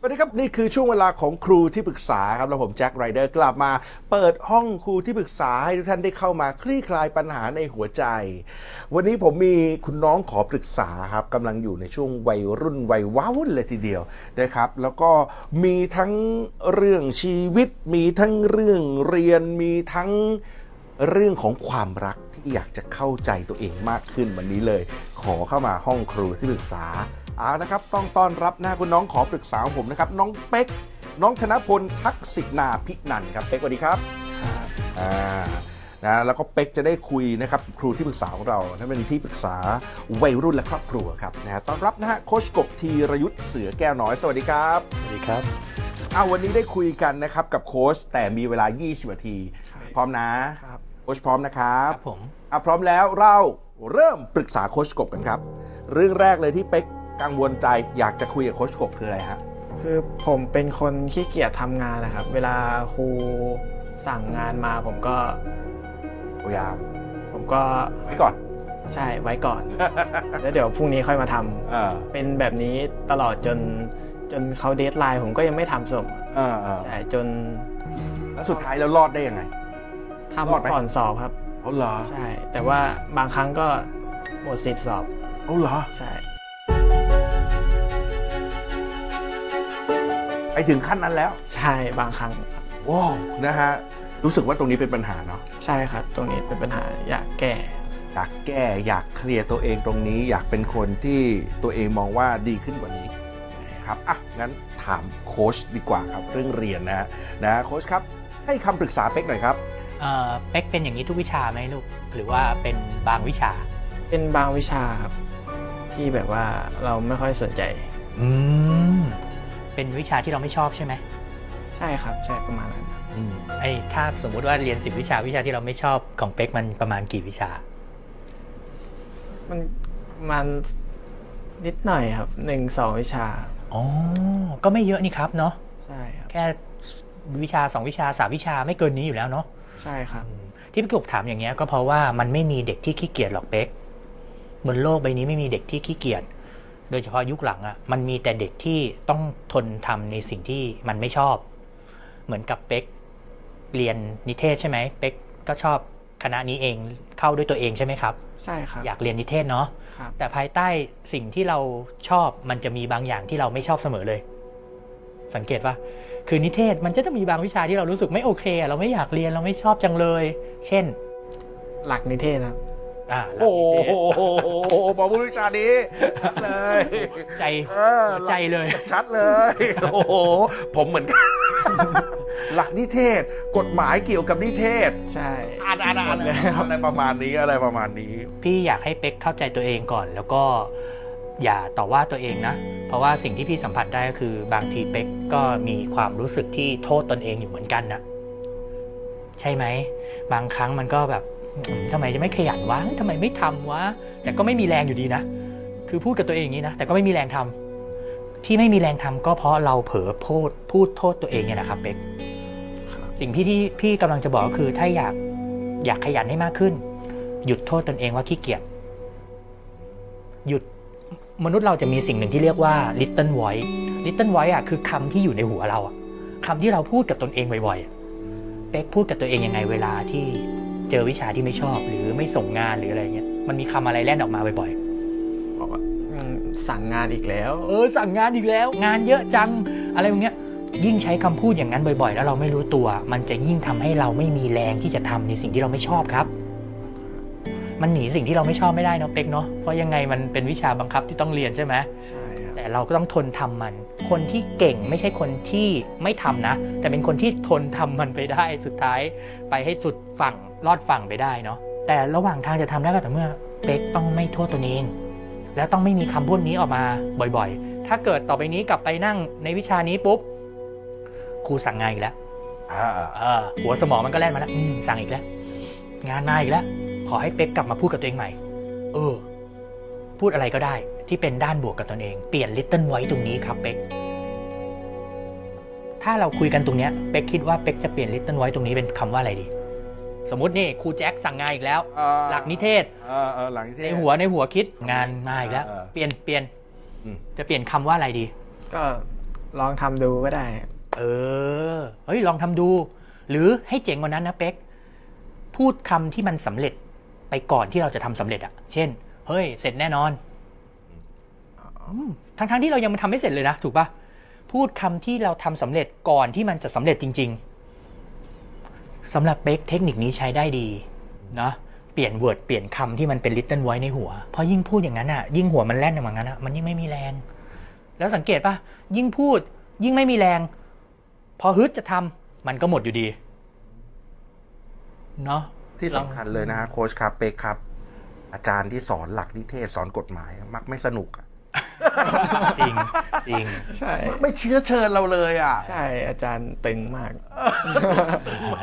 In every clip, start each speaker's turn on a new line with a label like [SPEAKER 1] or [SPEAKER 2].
[SPEAKER 1] สวัสดีครับ นี่คือช่วงเวลาของครูที่ปรึกษาครับแล้วผมแจ็คไรเดอร์กลับมา เปิดห้องครูที่ปรึกษาให้ทุกท่านได้เข้ามาคลี่คลายปัญหาในหัวใจ วันนี้ผมมีคุณน้องขอปรึกษาครับกำลังอยู่ในช่วงวัยรุ่นวัยว้าวุ่นเลยทีเดียวนะครับ แล้วก็มีทั้งเรื่องชีวิต มีทั้งเรื่องเรียนมีทั้ง เรื่องของความรักที่อยากจะเข้าใจตัวเองมากขึ้นวันนี้เลย ขอเข้ามาห้องครูที่ปรึกษาเอานะครับต้องต้อนรับหน้าคุณน้องขอปรึกษาของผมนะครับน้องเป๊กน้องธนพลทักษิณาพินันท์ครับเป๊กสวัสดีครับอ่านะแล้วก็เป๊กจะได้คุยนะครับครูที่ปรึกษาของเรานั่นเป็นที่ปรึกษาวัยรุ่นและครอบครัวครับนะฮะต้อนรับนะฮะโคชกบธีรยุทธ์เสือแก้วน้อยสวัสดีครับ
[SPEAKER 2] สวัสดีครับ
[SPEAKER 1] เอาวันนี้ได้คุยกันนะครับกับโค้ชแต่มีเวลา 20นาที พร้อมนะ
[SPEAKER 2] ครับ
[SPEAKER 1] โค้ชพร้อมนะครับ
[SPEAKER 2] ครับผม
[SPEAKER 1] อ่ะพร้อมแล้วเราเริ่มปรึกษาโค้ชกบกันครับ เรื่องแรกเลยที่เป๊กกังวลใจอยากจะคุยกับโค้ชกบคืออะไรฮะ
[SPEAKER 3] คือผมเป็นคนขี้เกียจทำงานนะครับ เวลาครูสั่งงานมาผมก็
[SPEAKER 1] พยายาม
[SPEAKER 3] ผมก็
[SPEAKER 1] ไว้ก่อน
[SPEAKER 3] ใช่ไว้ก่อน แล้วเดี๋ยวพรุ่งนี้ค่อยมาท
[SPEAKER 1] เออ
[SPEAKER 3] ำเป็นแบบนี้ตลอดจนจนเขาเดทไลน์ผมก็ยังไม่ทำส่ง
[SPEAKER 1] เออเออ
[SPEAKER 3] ใช่จน
[SPEAKER 1] แล้วสุดท้ายแล้วรอดได้ยังไง รอดไหม
[SPEAKER 3] ทำก่อนสอบครับ
[SPEAKER 1] เอาเหรอ
[SPEAKER 3] ใช่ แต่ว่าบางครั้งก็หมดสิทธิ์สอบ
[SPEAKER 1] เอาเหรอ
[SPEAKER 3] ใช่
[SPEAKER 1] ไปถึงขั้นนั้นแล้ว
[SPEAKER 3] ใช่บางครั้งครับ
[SPEAKER 1] ว้าวนะฮะรู้สึกว่าตรงนี้เป็นปัญหาเนาะ
[SPEAKER 3] ใช่ครับ ตรงนี้เป็นปัญหาอยากแก้
[SPEAKER 1] อยากแก้อยากเคลียร์ตัวเองตรงนี้ อยากเป็นคนที่ตัวเองมองว่าดีขึ้นกว่านี้ ครับ อ่ะ งั้นถามโค้ชดีกว่าครับ เรื่องเรียนนะฮะนะโค้ชครับ ให้คำปรึกษาเป๊กหน่อยครับ
[SPEAKER 4] เอ่อเป็กเป็นอย่างนี้ทุกวิชาไหมลูก หรือว่าเป็นบางวิชา
[SPEAKER 3] เป็นบางวิชาครับที่แบบว่าเราไม่ค่อยสนใจ
[SPEAKER 4] อืม เป็นวิชาที่เราไม่ชอบใช่ไหม
[SPEAKER 3] ใช่ครับ ใช่ประมาณนั้น
[SPEAKER 4] อืมไอ้ถ้าสมมุติว่าเรียนสิบวิชาวิชาที่เราไม่ชอบของเป็กมันประมาณกี่วิชา
[SPEAKER 3] มันมันนิดหน่อยครับหนึ่งสองวิชา
[SPEAKER 4] อ๋อ ก็ไม่เยอะนี่ครับเนาะ
[SPEAKER 3] ใช่ครับ
[SPEAKER 4] แค่วิชาสองวิชาสามวิชาไม่เกินนี้อยู่แล้วเนาะ
[SPEAKER 3] ใช่ครับ
[SPEAKER 4] ที่พี่กบถามอย่างเงี้ยก็เพราะว่ามันไม่มีเด็กที่ขี้เกียจหรอกเป๊กบนโลกใบนี้ไม่มีเด็กที่ขี้เกียจโดยเฉพาะยุคหลังอะ่ะมันมีแต่เด็กที่ต้องทนทำในสิ่งที่มันไม่ชอบ เหมือนกับเป๊กเรียนนิเทศใช่ไหมเป๊กก็ชอบคณะนี้เองเข้าด้วยตัวเองใช่ไหมครับ
[SPEAKER 3] ใช่ครับ
[SPEAKER 4] อยากเรียนนิเทศเนาะ
[SPEAKER 3] ครับ
[SPEAKER 4] แต่ภายใต้สิ่งที่เราชอบมันจะมีบางอย่างที่เราไม่ชอบเสมอเลย สังเกตว่าคือนิเทศมันจะต้องมีบางวิชาที่เรารู้สึกไม่โอเคอะเราไม่อยากเรียนเราไม่ชอบจังเลย เช่น
[SPEAKER 3] หลักนิเทศนะครับ
[SPEAKER 4] อ่า
[SPEAKER 1] โอ้โหบอกพูดวิชานี้เลย
[SPEAKER 4] ใจ
[SPEAKER 1] เออ
[SPEAKER 4] หัวใจเลย
[SPEAKER 1] ชัดเลย โอ้โห ผมเหมือนกัน หลักนิเทศ กฎหมายเกี่ยวกับนิเทศ
[SPEAKER 3] ใช่
[SPEAKER 1] อ่านอ่านอ่านอะไรประมาณนี้อะไรประมาณนี้
[SPEAKER 4] พี่อยากให้เป๊กเข้าใจตัวเองก่อน แล้วก็อย่าต่อว่าตัวเองนะ เพราะว่าสิ่งที่พี่สัมผัสได้ก็คือบางทีเป๊กก็มีความรู้สึกที่โทษตนเองอยู่เหมือนกันนะใช่ไหม บางครั้งมันก็แบบอืมทำไมจะไม่ขยันวะทำไมไม่ทำวะ แต่ก็ไม่มีแรงอยู่ดีนะ คือพูดกับตัวเองอย่างนี้นะ แต่ก็ไม่มีแรงทำที่ไม่มีแรงทำก็เพราะเราเผลอพูดพูดโทษตัวเองเนี่ยนะครับเป๊ก สิ่งที่ที่พี่กำลังจะบอกก็คือถ้าอยากอยากขยันให้มากขึ้น หยุดโทษตนเองว่าขี้เกียจหยุดมนุษย์เราจะมีสิ่งหนึ่งที่เรียกว่า little voice little voice อ่ะคือคำที่อยู่ในหัวเราอ่ะคำที่เราพูดกับตนเองบ่อยๆอะเป็กพูดกับตัวเองยังไงเวลาที่เจอวิชาที่ไม่ชอบ หรือไม่ส่งงานหรืออะไรเงี้ยมันมีคำอะไรแล่นออกมาบ่อยๆ
[SPEAKER 3] บอกว่าอืมสั่งงานอีกแล้ว
[SPEAKER 4] เออสั่งงานอีกแล้ว งานเยอะจังอะไรอย่างเงี้ยยิ่งใช้คำพูดอย่างนั้นบ่อยๆ แล้วเราไม่รู้ตัว มันจะยิ่งทำให้เราไม่มีแรงที่จะทำในสิ่งที่เราไม่ชอบครับ มันหนีสิ่งที่เราไม่ชอบไม่ได้เนาะเป็กเนาะเพราะยังไงมันเป็นวิชาบังคับที่ต้องเรียนใช่ไหม
[SPEAKER 3] ใช่ครับ
[SPEAKER 4] แต่เราก็ต้องทนทำมัน คนที่เก่งไม่ใช่คนที่ไม่ทำนะ แต่เป็นคนที่ทนทำมันไปได้สุดท้าย ไปให้สุดฝั่งรอดฝั่งไปได้เนาะแต่ระหว่างทางจะทำได้ก็แต่อเมื่อเป็กต้องไม่โทษตัวเอง และต้องไม่มีคำพูดนี้ออกมาบ่อยๆ ถ้าเกิดต่อไปนี้กลับไปนั่งในวิชานี้ปุ๊บครูสั่งงานอีกแล้ว
[SPEAKER 1] อ่า
[SPEAKER 4] เออหัวสมองมันก็แล่นมาแล้วอืมสั่งอีกแล้ว งานมาอีกแล้ว ขอให้เป๊กกลับมาพูดกับตัวเองใหม่ เออ พูดอะไรก็ได้ ที่เป็นด้านบวกกับตนเอง เปลี่ยนลิตเติ้ลไว้ตรงนี้ครับเป๊ก ถ้าเราคุยกันตรงเนี้ยเป๊กคิดว่าเป๊กจะเปลี่ยนลิตเติ้ลไว้ตรงนี้เป็นคำว่าอะไรดี สมมตินี่ครูแจ็คสั่งงานอีกแล้ว
[SPEAKER 1] อ่า
[SPEAKER 4] หลักนิเทศ
[SPEAKER 1] เออเออหลักนิเทศ
[SPEAKER 4] ในหัวในหัวคิดงานมาอีกแล้ว
[SPEAKER 1] เออเออ
[SPEAKER 4] เปลี่ยนเปลี่ยน
[SPEAKER 1] อืม
[SPEAKER 4] จะเปลี่ยนคำว่าอะไรดี
[SPEAKER 3] ก็ลองทำดูก็ได้
[SPEAKER 4] เออ เฮ้ย ลองทำดู หรือให้เจ๋งกว่านั้นนะเป๊ก พูดคำที่มันสำเร็จไปก่อนที่เราจะทำสำเร็จอะเช่น เฮ้ย เสร็จแน่นอนอืมทั้งๆที่เรายังมันทำไม่เสร็จเลยนะ ถูกปะพูดคำที่เราทำสำเร็จก่อนที่มันจะสำเร็จจริง ๆสำหรับเป๊กเทคนิคนี้ใช้ได้ดีนะเปลี่ยนเวิร์ดเปลี่ยนคำที่มันเป็นลิตเติ้ลไว้ในหัวเพราะยิ่งพูดอย่างนั้นอะยิ่งหัวมันแล่นอย่างนั้นอะมันยิ่งไม่มีแรง แล้วสังเกตปะยิ่งพูดยิ่งไม่มีแรง พอฮึดจะทำมันก็หมดอยู่ดี เนาะ
[SPEAKER 1] ที่สำคัญเลยนะฮะโค้ชครับเปกครับ อาจารย์ที่สอนหลักนิเทศสอนกฎหมาย มักไม่สนุกอะ
[SPEAKER 4] จริงจริง
[SPEAKER 3] ใช่
[SPEAKER 1] มักไม่เชื้อเชิญเราเลยอ่ะ
[SPEAKER 3] ใช่อาจารย์ตึงมาก
[SPEAKER 1] ม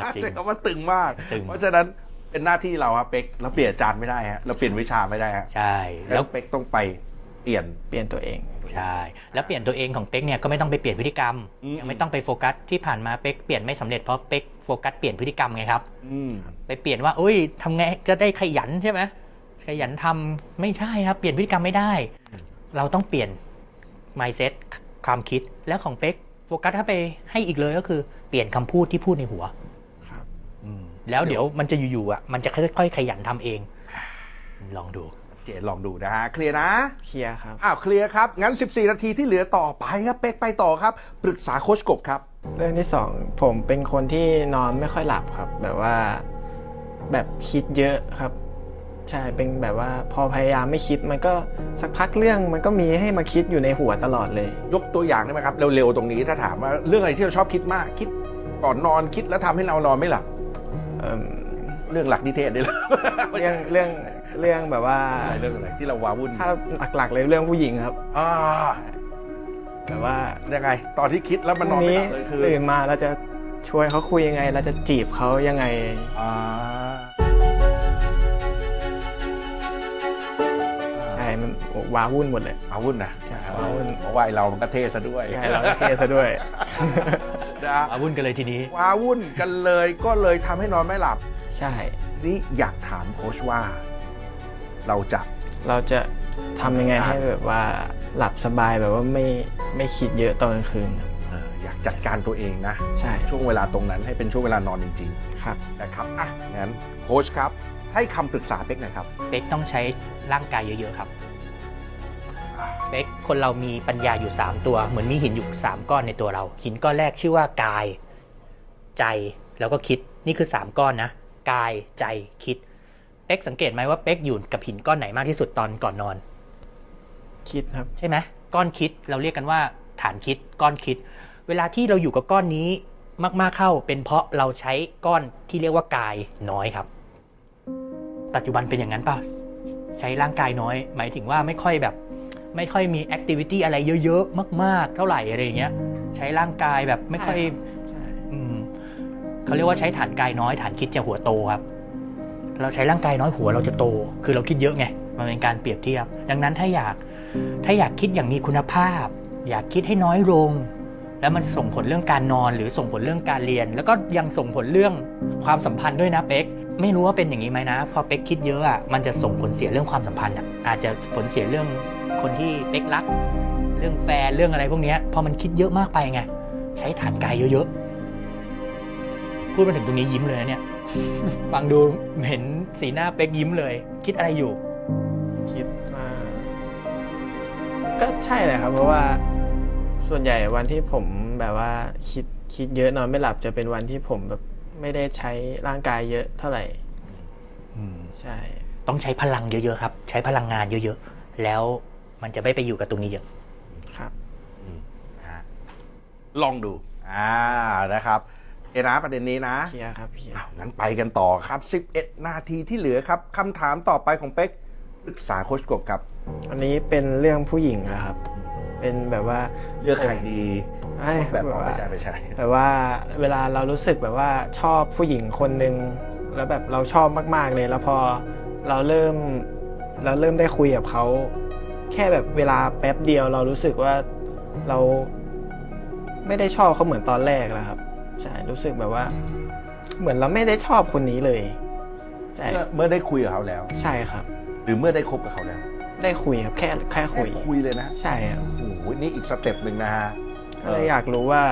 [SPEAKER 1] า
[SPEAKER 4] จริง
[SPEAKER 1] ใช้คำว่าตึงมาก
[SPEAKER 4] ตึง
[SPEAKER 1] เพราะฉะนั้นเป็นหน้าที่เราครับเป๊กเราเปลี่ยนอาจารย์ไม่ได้ฮะเราเปลี่ยนวิชาไม่ได้ฮะ
[SPEAKER 4] ใช่
[SPEAKER 1] แล้
[SPEAKER 4] แล้ว
[SPEAKER 1] วเป๊กต้องไปเปลี่ยน
[SPEAKER 3] เปลี่ยนตัวเอง
[SPEAKER 4] ใช่ แล้วเปลี่ยนตัวเองของเป๊กเนี่ยก็ไม่ต้องไปเปลี่ยนพฤติกรรม
[SPEAKER 1] อืม
[SPEAKER 4] ไม่ต้องไปโฟกัสที่ผ่านมาเป๊กเปลี่ยนไม่สำเร็จเพราะเป๊กโฟกัสเปลี่ยนพฤติกรรมไงครับ
[SPEAKER 1] อืม
[SPEAKER 4] ไปเปลี่ยนว่าเอ้ยทำไงจะได้ขยันใช่ไหมขยันทำไม่ใช่ครับ เปลี่ยนพฤติกรรมไม่ได้ เราต้องเปลี่ยน mindset ความคิดและของเป๊กโฟกัสถ้าไปให้อีกเลยก็คือเปลี่ยนคำพูดที่พูดในหัว
[SPEAKER 3] ครับ
[SPEAKER 4] อืมแล้วเดี๋ยวมันจะอยู่ๆอ่ะมันจะค่อยๆขยันทำเอง ลองดู
[SPEAKER 1] เจนลองดูนะฮะเคลียร์นะ
[SPEAKER 3] เคลียร์ครับ
[SPEAKER 1] อ้าวเคลียร์ครับ งั้น 14 นาทีที่เหลือต่อไปครับเป๊กไปต่อครับ ปรึกษาโค้ชกบครับ
[SPEAKER 3] เรื่องที่สองผมเป็นคนที่นอนไม่ค่อยหลับครับ แบบว่าแบบคิดเยอะครับ ใช่เป็นแบบว่าพอพยายามไม่คิดมันก็สักพักเรื่องมันก็มีให้มาคิดอยู่ในหัวตลอดเลย
[SPEAKER 1] ยกตัวอย่างได้ไหมครับ เร็วๆตรงนี้ถ้าถามว่าเรื่องอะไรที่เราชอบคิดมาก คิดก่อนนอนคิดแล้วทำให้เรานอนไม่หลับ
[SPEAKER 3] เอิ่ม
[SPEAKER 1] เรื่องหลักนิเทศได้ เลย
[SPEAKER 3] เรื่องเรื่องเรื่องแบบว่า
[SPEAKER 1] เรื่องอะไรที่เราวาวุ่น
[SPEAKER 3] ถ้าหลักๆเลยเรื่องผู้หญิงครับ
[SPEAKER 1] อ่า
[SPEAKER 3] แบบว่า
[SPEAKER 1] ยังไง ตอนที่คิดแล้วมันนอนไม่หลับเลยคือ
[SPEAKER 3] ตื่นมาเราจะชวนเขาคุยยังไง เราจะจีบเขายังไง
[SPEAKER 1] อ่า
[SPEAKER 3] ใช่มันว้าวุ่นหมดเลย
[SPEAKER 1] อาวุ่นนะ
[SPEAKER 3] ใช่อาวุ่น
[SPEAKER 1] เพราะว่าไอ้เรามันก็เทซะด้วย
[SPEAKER 3] ใช่ เราก็เทซะด้วย
[SPEAKER 1] นะ
[SPEAKER 4] อาวุ่นกันเลยทีนี้
[SPEAKER 1] อาวุ่นกันเลยก็เลยทำให้นอนไม่หลับ
[SPEAKER 3] ใช่
[SPEAKER 1] นี่อยากถามโค้ชว่า เราจะ
[SPEAKER 3] เราจะทำยังไงให้แบบว่าหลับสบายแบบว่าไม่ไม่คิดเยอะตอนกลางคืนครับ
[SPEAKER 1] เอ่ออยากจัดการตัวเองนะ
[SPEAKER 3] ใช่
[SPEAKER 1] ช่วงเวลาตรงนั้นให้เป็นช่วงเวลานอนจริง
[SPEAKER 3] ครับ
[SPEAKER 1] ๆนะครับอ่ะงั้นโค้ชครับ ให้คำปรึกษาเป็กหน่อยครับ
[SPEAKER 4] เป๊กต้องใช้ร่างกายเยอะๆครับ
[SPEAKER 1] อ่ะ
[SPEAKER 4] เป๊กคนเรามีปัญญาอยู่ 3 ตัว เหมือนมีหินอยู่ 3 ก้อนในตัวเรา หินก้อนแรกชื่อว่ากาย ใจแล้วก็คิดนี่คือ 3 ก้อนนะ กายใจคิด เป๊กสังเกตไหมว่าเป๊กอยู่กับหินก้อนไหนมากที่สุดตอนก่อนนอน
[SPEAKER 3] คิดครับ
[SPEAKER 4] ใช่ไหมก้อนคิดเราเรียกกันว่าฐานคิดก้อนคิด เวลาที่เราอยู่กับก้อนนี้มากๆเข้าเป็นเพราะเราใช้ก้อนที่เรียกว่ากายน้อยครับ ปัจจุบันเป็นอย่างนั้นเปล่ะใช้ร่างกายน้อย หมายถึงว่าไม่ค่อยแบบ ไม่ค่อยมีแอคทิวิตี้อะไรเยอะๆ มากๆ เท่าไหร่อะไรอย่างเงี้ย ใช้ร่างกายแบบไม่ค่อย
[SPEAKER 3] ใช่
[SPEAKER 4] อืมเขาเรียกว่าใช้ฐานกายน้อยฐานคิดจะหัวโตครับ เราใช้ร่างกายน้อยหัวเราจะโต คือเราคิดเยอะไง มันเป็นการเปรียบเทียบ ดังนั้นถ้าอยาก ถ้าอยากคิดอย่างมีคุณภาพ อยากคิดให้น้อยลง แล้วมันส่งผลเรื่องการนอน หรือส่งผลเรื่องการเรียน แล้วก็ยังส่งผลเรื่องความสัมพันธ์ด้วยนะเป๊ก ไม่รู้ว่าเป็นอย่างนี้ไหมนะ พอเป๊กคิดเยอะอ่ะ มันจะส่งผลเสียเรื่องความสัมพันธ์อ่ะ อาจจะผลเสียเรื่องคนที่เป๊กรัก เรื่องแฟน เรื่องอะไรพวกเนี้ยพอมันคิดเยอะมากไปไง ใช้ฐานกายเยอะๆ พูดมาถึงตรงนี้ยิ้มเลยนะเนี่ย ฟังดูเห็นสีหน้าเป๊กยิ้มเลย คิดอะไรอยู่
[SPEAKER 3] คิดว่าก็ใช่แหละครับ เพราะว่าส่วนใหญ่วันที่ผมแบบว่าคิดคิดเยอะนอนไม่หลับจะเป็นวันที่ผมแบบไม่ได้ใช้ร่างกายเยอะเท่าไหร่ ใช่
[SPEAKER 4] ต้องใช้พลังเยอะๆครับ ใช้พลังงานเยอะๆ แล้วมันจะไม่ไปอยู่กับตรงนี้เยอะ
[SPEAKER 3] ครับ
[SPEAKER 1] ฮะลองดูอ่านะครับเอนะประเด็นนี้นะ
[SPEAKER 3] เคลียร์ครับเคลียร์
[SPEAKER 1] อ้าวงั้นไปกันต่อครับ 11 นาทีที่เหลือครับคำถามต่อไปของเป๊กปรึกษาโค้ชกบครับ
[SPEAKER 3] อันนี้เป็นเรื่องผู้หญิงนะครับ เป็นแบบว่า
[SPEAKER 1] เลือกใครดี
[SPEAKER 3] ไอ้
[SPEAKER 1] แบบ
[SPEAKER 3] แบบ
[SPEAKER 1] อ๋อ
[SPEAKER 3] ว่า
[SPEAKER 1] ไม่ใช่ไม่ใช่
[SPEAKER 3] แต่ว่าเวลาเรารู้สึกแบบว่าชอบผู้หญิงคนหนึ่ง แล้วแบบเราชอบมากๆเลย แล้วพอเราเริ่มเราเริ่มได้คุยกับเขาแค่แบบเวลาแป๊บเดียวเรารู้สึกว่าเราไม่ได้ชอบเขาเหมือนตอนแรกแล้วครับใช่รู้สึกแบบว่า เหมือนเราไม่ได้ชอบคนนี้เลยใช่
[SPEAKER 1] เมื่อเมื่อได้คุยกับเขาแล้ว
[SPEAKER 3] ใช่ครับ
[SPEAKER 1] หรือเมื่อได้คบกับเขาแล้ว
[SPEAKER 3] ได้คุยครับแค่แค่
[SPEAKER 1] แค่
[SPEAKER 3] คุย
[SPEAKER 1] คุยเลยนะ
[SPEAKER 3] ใช่ครับ
[SPEAKER 1] โอ้โหนี่อีกสเต็ปหนึ่งนะฮะ
[SPEAKER 3] ก็เลยอยากรู้ว่า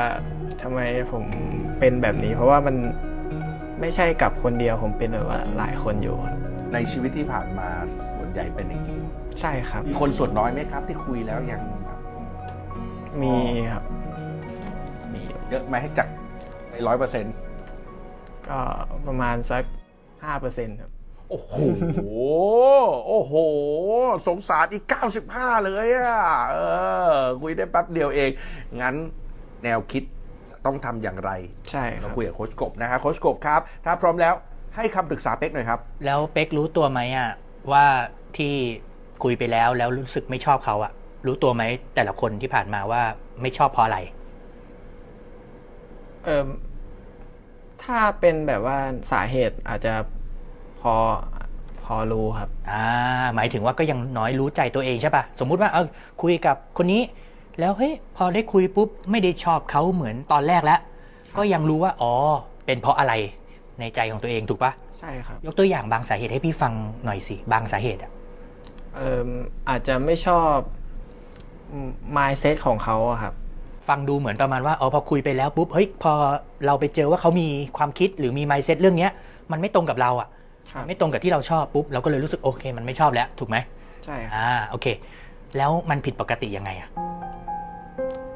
[SPEAKER 3] ทำไมผมเป็นแบบนี้ เพราะว่ามันไม่ใช่กับคนเดียวผมเป็นแบบว่าหลายคนอยู่ครับ
[SPEAKER 1] ในชีวิตที่ผ่านมาส่วนใหญ่เป็นอย่างนี้
[SPEAKER 3] ใช่ครับ
[SPEAKER 1] มีคนส่วนน้อยไหมครับ ที่คุยแล้วยังแบบ
[SPEAKER 3] มีครับ มีอยู่
[SPEAKER 1] เยอะไหมให้จักในร้อยเปอร์เซ็นต์
[SPEAKER 3] ก็ประมาณสัก 5%ครับ
[SPEAKER 1] โอ้โห โอ้โห สงสารอีก 95 เลยอ่ะ เออ คุยได้แป๊บเดียวเอง งั้นแนวคิดต้องทำอย่างไร
[SPEAKER 3] ใช่ค
[SPEAKER 1] เรา
[SPEAKER 3] รับ
[SPEAKER 1] คุยกับโค้ชกบนะฮะโค้ชกบครับ ถ้าพร้อมแล้วให้คำปรึกษาเป๊กหน่อยครับ
[SPEAKER 4] แล้วเป๊กรู้ตัวไหมอ่ะว่าที่คุยไปแล้วแล้วรู้สึกไม่ชอบเขาอ่ะ รู้ตัวไหมแต่ละคนที่ผ่านมาว่าไม่ชอบเพราะอะไร
[SPEAKER 3] เออถ้าเป็นแบบว่าสาเหตุอาจจะพอพอรู้ครับ
[SPEAKER 4] อ่าหมายถึงว่าก็ยังน้อยรู้ใจตัวเองใช่ปะสมมุติว่าเอาคุยกับคนนี้ แล้วเฮ้ยพอได้คุยปุ๊บไม่ได้ชอบเขาเหมือนตอนแรกแล้ว ก็ยังรู้ว่าอ๋อเป็นเพราะอะไรในใจของตัวเองถูกปะ
[SPEAKER 3] ใช่ครับ
[SPEAKER 4] ยกตัวอย่างบางสาเหตุให้พี่ฟังหน่อยสิบางสาเหตุอะ
[SPEAKER 3] เอออาจจะไม่ชอบ mindset ของเขาอะครับ
[SPEAKER 4] ฟังดูเหมือนประมาณว่าอ๋อพอคุยไปแล้วปุ๊บเฮ้ยพอเราไปเจอว่าเขามีความคิดหรือมี mindset เรื่องเนี้ยมันไม่ตรงกับเราอะ
[SPEAKER 3] ครับ
[SPEAKER 4] ไม่ตรงกับที่เราชอบปุ๊บเราก็เลยรู้สึกโอเค มันไม่ชอบแล้วถูกไหม
[SPEAKER 3] ใช่ครับ
[SPEAKER 4] อ่าโอเค แล้วมันผิดปกติยังไงอะ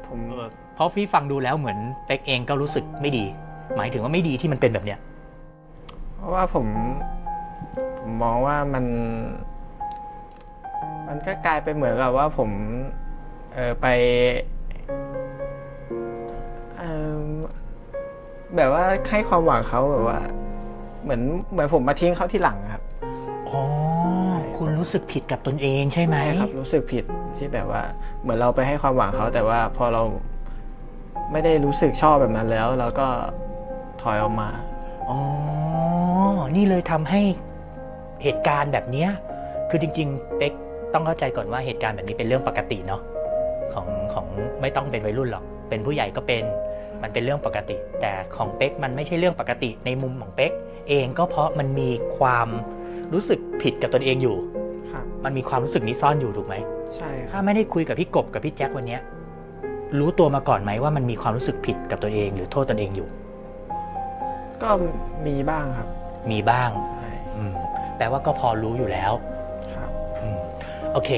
[SPEAKER 3] ผม
[SPEAKER 4] เออเพราะพี่ฟังดูแล้วเหมือนเป็กเองก็รู้สึกไม่ดี หมายถึงว่าไม่ดีที่มันเป็นแบบเนี้ย
[SPEAKER 3] เพราะว่าผม ผมมองว่ามัน มันก็กลายเป็นเหมือนกับว่าผม เออไปเอมแบบว่าให้ความหวังเขาแบบว่า เหมือนเหมือนผมมาทิ้งเขาที่หลังอะครับ
[SPEAKER 4] อ๋อ คุณรู้สึกผิดกับตนเองใช่ไหม
[SPEAKER 3] ใช่ครับ รู้สึกผิดที่แบบว่า เหมือนเราไปให้ความหวังเขา แต่ว่าพอเราไม่ได้รู้สึกชอบแบบนั้นแล้วเราก็ถอยออกมา
[SPEAKER 4] อ๋อ นี่เลยทำให้เหตุการณ์แบบเนี้ย คือจริง ๆ เป็กต้องเข้าใจก่อนว่าเหตุการณ์แบบนี้เป็นเรื่องปกติเนาะของของไม่ต้องเป็นวัยรุ่นหรอก เป็นผู้ใหญ่ก็เป็น มันเป็นเรื่องปกติ แต่ของเป็กมันไม่ใช่เรื่องปกติในมุมของเป็กเองก็เพราะมันมีความรู้สึกผิดกับตนเองอยู่
[SPEAKER 3] ครับ
[SPEAKER 4] มันมีความรู้สึกนี้ซ่อนอยู่ถูกไหม
[SPEAKER 3] ใช่ค
[SPEAKER 4] ถ้า
[SPEAKER 3] รับ
[SPEAKER 4] ไม่ได้คุยกับพี่กบกับพี่แจ็ควันเนี้ยรู้ตัวมาก่อนไหมว่ามันมีความรู้สึกผิดกับตัวเองหรือโทษตนเองอยู่
[SPEAKER 3] ก็มีบ้างครับ
[SPEAKER 4] มีบ้าง
[SPEAKER 3] ใช่
[SPEAKER 4] อืมแปลว่าก็พอรู้อยู่แล้ว
[SPEAKER 3] ครับ
[SPEAKER 4] อมโอเค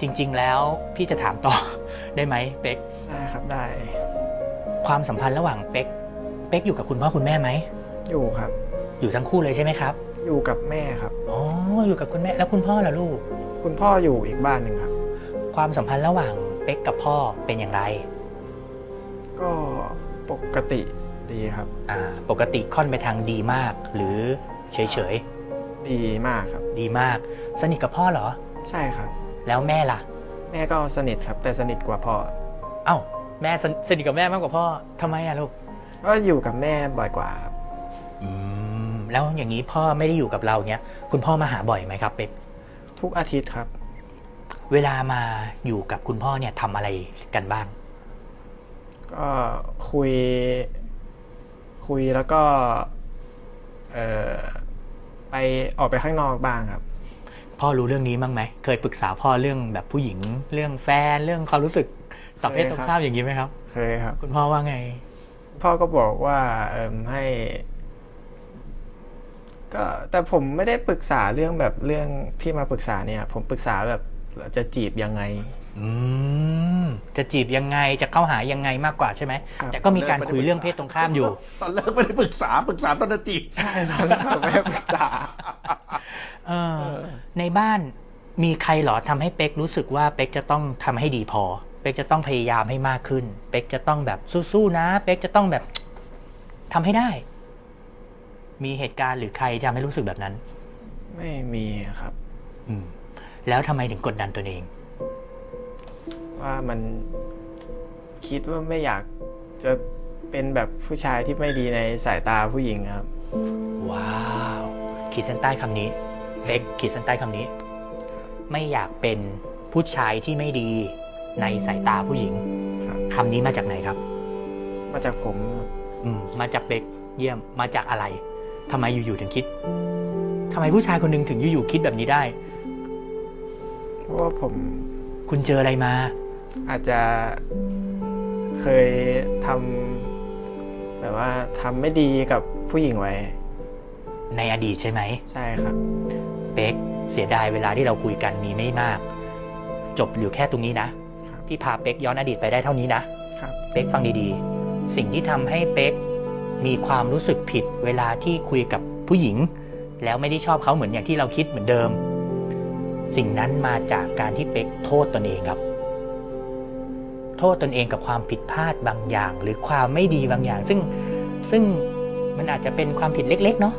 [SPEAKER 4] จริง ๆ แล้วพี่จะถามต่อ ได้ไหมเป็ก
[SPEAKER 3] ได้ครับได้
[SPEAKER 4] ความสัมพันธ์ระหว่างเป็กเป็กอยู่กับคุณพ่อคุณแม่ไหม
[SPEAKER 3] อยู่ครับ
[SPEAKER 4] อยู่ทั้งคู่เลยใช่ไหมครับ
[SPEAKER 3] อยู่กับแม่ครับ
[SPEAKER 4] อ๋ออยู่กับคุณแม่แล้วคุณพ่อล่ะลูก
[SPEAKER 3] คุณพ่ออยู่อีกบ้านหนึ่งครับ
[SPEAKER 4] ความสัมพันธ์ระหว่างเป็กกับพ่อเป็นอย่างไร
[SPEAKER 3] ก็ปกติดีครับ
[SPEAKER 4] อ่า ปกติค่อนไปทางดีมาก หรือเฉย
[SPEAKER 3] ดีมากครับ
[SPEAKER 4] ๆดีมาก สนิทกับพ่อเหรอ
[SPEAKER 3] ใช่ครับ
[SPEAKER 4] แล้วแม่ล่ะ
[SPEAKER 3] แม่ก็สนิทครับ แต่สนิทกว่าพ่อ
[SPEAKER 4] เอ้า แม่สนสนิทกับแม่มากกว่าพ่อทำไมอะลูก
[SPEAKER 3] ก็อยู่กับแม่บ่อยกว่าครับ
[SPEAKER 4] อืม แล้วอย่างนี้พ่อไม่ได้อยู่กับเราเนี้ย คุณพ่อมาหาบ่อยไหมครับเป็ก
[SPEAKER 3] ทุกอาทิตย์ครับ
[SPEAKER 4] เวลามาอยู่กับคุณพ่อเนี่ยทำอะไรกันบ้าง
[SPEAKER 3] ก็คุย คุยแล้วก็เออไปออกไปข้างนอกบ้างครับ
[SPEAKER 4] พ่อรู้เรื่องนี้บ้างไหม เคยปรึกษาพ่อเรื่องแบบผู้หญิง เรื่องแฟน เรื่องความรู้สึกต่อเพศตรงข้ามอย่างนี้ไหมครับ
[SPEAKER 3] เคยครับ
[SPEAKER 4] คุณพ่อว่าไง
[SPEAKER 3] พ่อก็บอกว่าเอิ่มให้ ก็แต่ผมไม่ได้ปรึกษาเรื่องแบบเรื่องที่มาปรึกษาเนี่ย ผมปรึกษาแบบเราจะจีบยัง ไง
[SPEAKER 4] อืม จะจีบยังไง จะเข้าหายังไงมากกว่าใช่ไหม
[SPEAKER 3] ครับ
[SPEAKER 4] แต่ก็มีการคุยเรื่องเพศตรงข้ามอยู่
[SPEAKER 1] ตอนเลิกไม่ได้ปรึกษาปรึกษาตอนนาจีบ
[SPEAKER 3] ใช่ตอนนั้นผมไม่ได้ปรึกษา
[SPEAKER 4] เออในบ้านมีใครเหรอทำให้เป็กรู้สึกว่าเป็กจะต้องทำให้ดีพอ เป็กจะต้องพยายามให้มากขึ้น เป็กจะต้องแบบสู้ๆนะ เป็กจะต้องแบบทำให้ได้ มีเหตุการณ์หรือใครทำให้รู้สึกแบบนั้น
[SPEAKER 3] ไม่มีครับ
[SPEAKER 4] อืม แล้วทำไมถึงกดดันตัวเอง
[SPEAKER 3] ว่ามันคิดว่าไม่อยากจะเป็นแบบผู้ชายที่ไม่ดีในสายตาผู้หญิงครับ
[SPEAKER 4] ว้าว ขีดเส้นใต้คำนี้เป๊กขีดเส้นใต้คำนี้ ไม่อยากเป็นผู้ชายที่ไม่ดีในสายตาผู้หญิง
[SPEAKER 3] ครับ
[SPEAKER 4] คำนี้มาจากไหนครับ
[SPEAKER 3] มาจากผมครับ
[SPEAKER 4] อืมมาจากเป๊กเยี่ยมมาจากอะไรทำไมอยู่ๆถึงคิดทำไมผู้ชายคนหนึ่งถึงอยู่ๆคิดแบบนี้ได้
[SPEAKER 3] เพราะว่าผม
[SPEAKER 4] คุณเจออะไรมา
[SPEAKER 3] อาจจะเคยทำแบบว่าทำไม่ดีกับผู้หญิงไว้
[SPEAKER 4] ในอดีตใช่ไหม
[SPEAKER 3] ใช่ครับ
[SPEAKER 4] เป๊กเสียดายเวลาที่เราคุยกันมีไม่มาก จบอยู่แค่ตรงนี้นะครับ พี่พาเป๊กย้อนอดีตไปได้เท่านี้นะ
[SPEAKER 3] ครับ
[SPEAKER 4] เป๊กฟังดีๆ สิ่งที่ทำให้เป๊กมีความรู้สึกผิดเวลาที่คุยกับผู้หญิง แล้วไม่ได้ชอบเขาเหมือนอย่างที่เราคิดเหมือนเดิม สิ่งนั้นมาจากการที่เป๊กโทษตนเองครับ โทษตนเองกับความผิดพลาดบางอย่าง หรือความไม่ดีบางอย่าง ซึ่งซึ่งมันอาจจะเป็นความผิดเล็กๆ เนาะ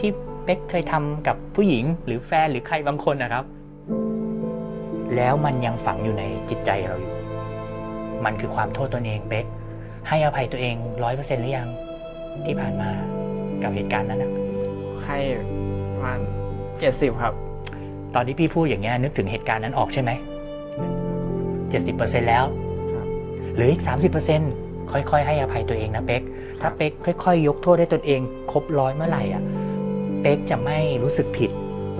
[SPEAKER 4] ที่เป๊กเคยทำกับผู้หญิง หรือแฟนหรือใครบางคนนะครับ แล้วมันยังฝังอยู่ในจิตใจเราอยู่ มันคือความโทษตนเองเป๊กให้อภัยตัวเองร้อยเปอร์เซ็นต์หรือยังที่ผ่านมากับเหตุการณ์นั้นนะ
[SPEAKER 3] ให้ประมาณเจ็ดสิบครับ
[SPEAKER 4] ตอนที่พี่พูดอย่างเงี้ยนึกถึงเหตุการณ์นั้นออกใช่ไหมเจ็ดสิบเปอร์เซ็นต์แล้ว
[SPEAKER 3] ครับ
[SPEAKER 4] หรืออีกสามสิบเปอร์เซ็นต์ค่อยๆ ให้อภัยตัวเองนะเป๊กถ้าเป๊กค่อย ๆ ยกโทษให้ตนเองครบร้อยเมื่อไหร่อ่ะเป๊กจะไม่รู้สึกผิด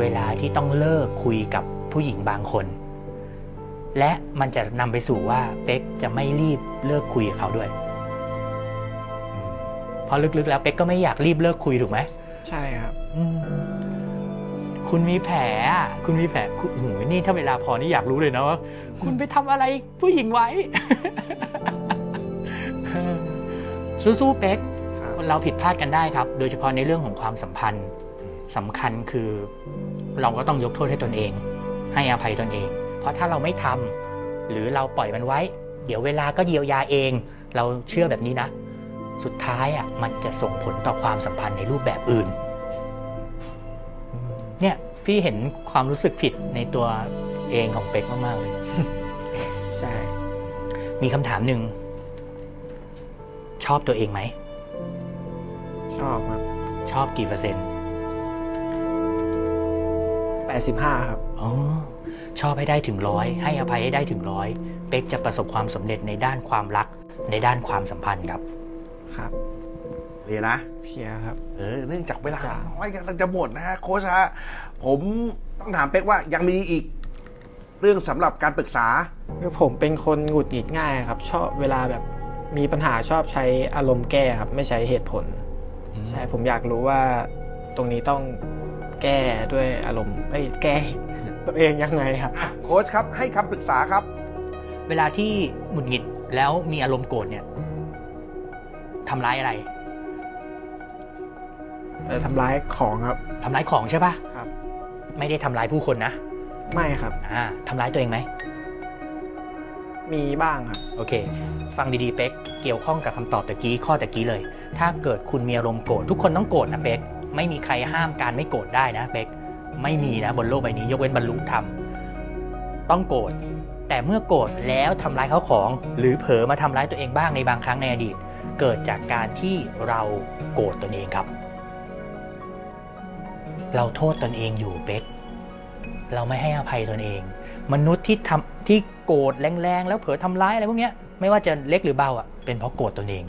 [SPEAKER 4] เวลาที่ต้องเลิกคุยกับผู้หญิงบางคน และมันจะนำไปสู่ว่าเป๊กจะไม่รีบเลิกคุยกับเขาด้วย เพราะลึกๆ แล้วเป๊กก็ไม่อยากรีบเลิกคุยถูกไหม
[SPEAKER 3] ใช่ครับ
[SPEAKER 4] อืมคุณมีแผลอะคุณมีแผลคุณโอ้โหูนี่ถ้าเวลาพอนี่อยากรู้เลยนะว่าคุณไปทำอะไรผู้หญิงไว้ สู้ๆเป๊ก
[SPEAKER 3] ครับ
[SPEAKER 4] คนเราผิดพลาดกันได้ครับ โดยเฉพาะในเรื่องของความสัมพันธ์สำคัญคือเราก็ต้องยกโทษให้ตนเอง ให้อภัยตนเอง เพราะถ้าเราไม่ทำหรือเราปล่อยมันไว้ เดี๋ยวเวลาก็เยียวยาเอง เราเชื่อแบบนี้นะ สุดท้ายอ่ะมันจะส่งผลต่อความสัมพันธ์ในรูปแบบอื่น เนี่ยพี่เห็นความรู้สึกผิดในตัวเองของเป็กมาก ๆ เลย
[SPEAKER 3] ใช่
[SPEAKER 4] มีคำถามหนึ่ง ชอบตัวเองไหม
[SPEAKER 3] ชอบครับ
[SPEAKER 4] ชอบกี่เปอร์เซ็นต์
[SPEAKER 3] แปดสิบห้าครับ
[SPEAKER 4] อ๋อชอบให้ได้ถึงร้อยให้อภัยให้ได้ถึงร้อยเป๊กจะประสบความสำเร็จในด้านความรัก ในด้านความสัมพันธ์ครับ
[SPEAKER 3] ครับ
[SPEAKER 1] เรียนนะ
[SPEAKER 3] เพลียครับ
[SPEAKER 1] เออเนื่องจากเวลาน้อยกำลังจะหมดนะฮะโค้ชฮะผมต้องถามเป๊กว่ายังมีอีก เรื่องสำหรับการปรึกษา
[SPEAKER 3] คือผมเป็นคนหงุดหงิดง่ายครับ ชอบเวลาแบบมีปัญหาชอบใช้อารมณ์แก้ครับ ไม่ใช้เหตุผล ใช่ผมอยากรู้ว่าตรงนี้ต้องแก้ด้วยอารมณ์เอ้ยแก้ ตัวเองยังไงครับ
[SPEAKER 1] โค้ชครับ ให้คำปรึกษาครับ
[SPEAKER 4] เวลาที่หงุดหงิดแล้วมีอารมณ์โกรธเนี่ยทำร้ายอะไร
[SPEAKER 3] แต่ทำร้ายของครับ
[SPEAKER 4] ทำร้ายของใช่ปะ
[SPEAKER 3] ครับ
[SPEAKER 4] ไม่ได้ทำร้ายผู้คนนะ
[SPEAKER 3] ไม่ครับ
[SPEAKER 4] อ่าทำร้ายตัวเองไหม
[SPEAKER 3] มีบ้างครับ
[SPEAKER 4] โอเค ฟังดีๆเป๊กเกี่ยวข้องกับคำตอบตะกี้ข้อตะกี้เลย ถ้าเกิดคุณมีอารมณ์โกรธทุกคนต้องโกรธนะเป๊กไม่มีใครห้ามการไม่โกรธได้นะเป๊กไม่มีนะบนโลกใบนี้ ยกเว้นบรรลุธรรม ต้องโกรธแต่เมื่อโกรธแล้วทำร้ายเขาของ หรือเผลอมาทำร้ายตัวเองบ้างในบางครั้งในอดีต เกิดจากการที่เราโกรธตนเองครับ เราโทษตนเองอยู่เป๊กเราไม่ให้อภัยตนเอง มนุษย์ที่ทำที่โกรธแรงๆแล้วเผลอทำร้ายอะไรพวกเนี้ยไม่ว่าจะเล็กหรือเบาอ่ะเป็นเพราะโกรธตนเอง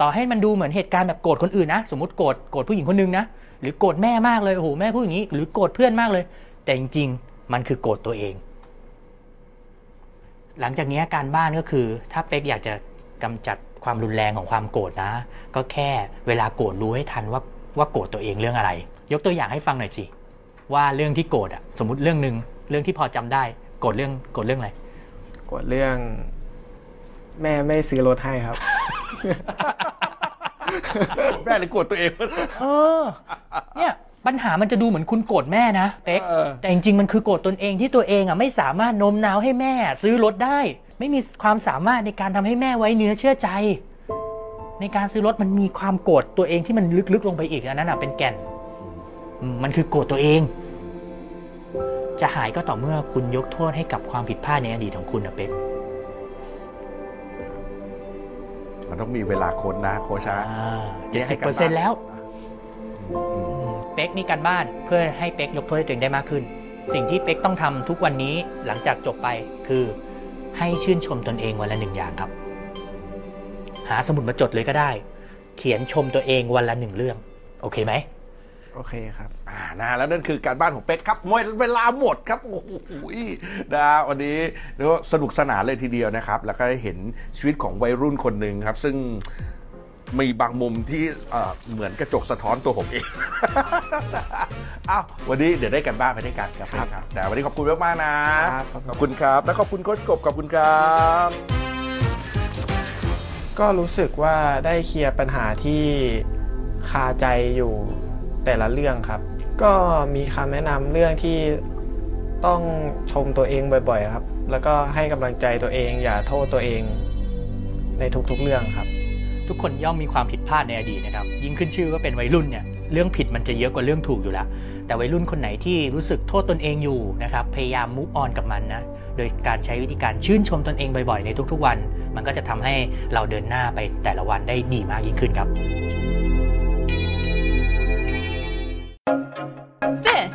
[SPEAKER 4] ต่อให้มันดูเหมือนเหตุการณ์แบบโกรธคนอื่นนะ สมมติโกรธโกรธผู้หญิงคนนึงนะ หรือโกรธแม่มากเลยโอ้โหแม่พูดอย่างนี้ หรือโกรธเพื่อนมากเลย แต่จริงๆ มันคือโกรธตัวเอง หลังจากเนี้ยการบ้านก็คือ ถ้าเป๊กอยากจะกำจัดความรุนแรงของความโกรธนะ ก็แค่เวลาโกรธรู้ให้ทันว่าว่าโกรธตัวเองเรื่องอะไร ยกตัวอย่างให้ฟังหน่อยสิว่าเรื่องที่โกรธอะสมมติเรื่องหนึ่งเรื่องที่พอจำได้โกรธเรื่องโกรธเรื่องอะไร
[SPEAKER 3] กดเรื่อง แม่ไม่ซื้อรถให้ครับ
[SPEAKER 1] แม่เลยกดตัวเอง
[SPEAKER 4] เออ เนี่ยปัญหามันจะดูเหมือนคุณโกรธแม่นะเป๊ก
[SPEAKER 1] เออ
[SPEAKER 4] แต่จริงๆมันคือโกรธตนเองที่ตัวเองอ่ะไม่สามารถโน้มน้าวให้แม่ ซื้อรถได้ ไม่มีความสามารถในการทำให้แม่ไว้เนื้อเชื่อใจ ในการซื้อรถมันมีความโกรธตัวเองที่มันลึกๆลงไปอีกอันนั้นอ่ะเป็นแก่นอืมมันคือโกรธตัวเอง จะหายก็ต่อเมื่อคุณยกโทษให้กับความผิดพลาดในอดีตของคุณนะเป๊ก
[SPEAKER 1] มันต้องมีเวลาโค้ชนะโค้ชฮะ
[SPEAKER 4] อ่า
[SPEAKER 1] เนี่
[SPEAKER 4] เจ็ด
[SPEAKER 1] ยให้ก
[SPEAKER 4] สิบ
[SPEAKER 1] ลับ
[SPEAKER 4] เปอร์เซ็น
[SPEAKER 1] บ้าน
[SPEAKER 4] ต์แล้ว ป๊กมีการบ้านเพื่อให้เป๊กยกโทษให้ตัวเองได้มากขึ้น สิ่งที่เป๊กต้องทำทุกวันนี้หลังจากจบไปคือให้ชื่นชมตนเองวันละหนึ่งอย่างครับ หาสมุดมาจดเลยก็ได้ เขียนชมตัวเองวันละหนึ่งเรื่อง โอเคไหม
[SPEAKER 3] โอเคครับ
[SPEAKER 1] อ่านะแล้วนั่นคือการบ้านของเป็ดครับหมดเวลาหมดครับโอ้โหนะวันนี้เรียกว่าสนุกสนานเลยทีเดียวนะครับ แล้วก็ได้เห็นชีวิตของวัยรุ่นคนหนึ่งครับ ซึ่งมีบางมุมที่เอ่อเหมือนกระจกสะท้อนตัวผมเอง อ้าววันนี้เดี๋ยวได้กันบ้านไปด้วยกันครับ
[SPEAKER 3] ครับ
[SPEAKER 1] ครับแต่วันนี้ขอบคุณมากๆนะครับ ขอบคุณครับ แล้วขอบคุณโค้ชกบขอบคุณครับ
[SPEAKER 3] ก็รู้สึกว่าได้เคลียร์ปัญหาที่คาใจอยู่แต่ละเรื่องครับ ก็มีคำแนะนำเรื่องที่ต้องชมตัวเองบ่อยๆครับ แล้วก็ให้กำลังใจตัวเองอย่าโทษตัวเองในทุกๆเรื่องครับ
[SPEAKER 4] ทุกคนย่อมมีความผิดพลาดในอดีตนะครับ ยิ่งขึ้นชื่อว่าเป็นวัยรุ่นเนี่ยเรื่องผิดมันจะเยอะกว่าเรื่องถูกอยู่แล้ว แต่วัยรุ่นคนไหนที่รู้สึกโทษตนเองอยู่นะครับพยายามมุกออนกับมันนะโดยการใช้วิธีการชื่นชมตนเองบ่อยๆในทุกๆวัน มันก็จะทำให้เราเดินหน้าไปแต่ละวันได้ดีมากยิ่งขึ้นครับ
[SPEAKER 2] This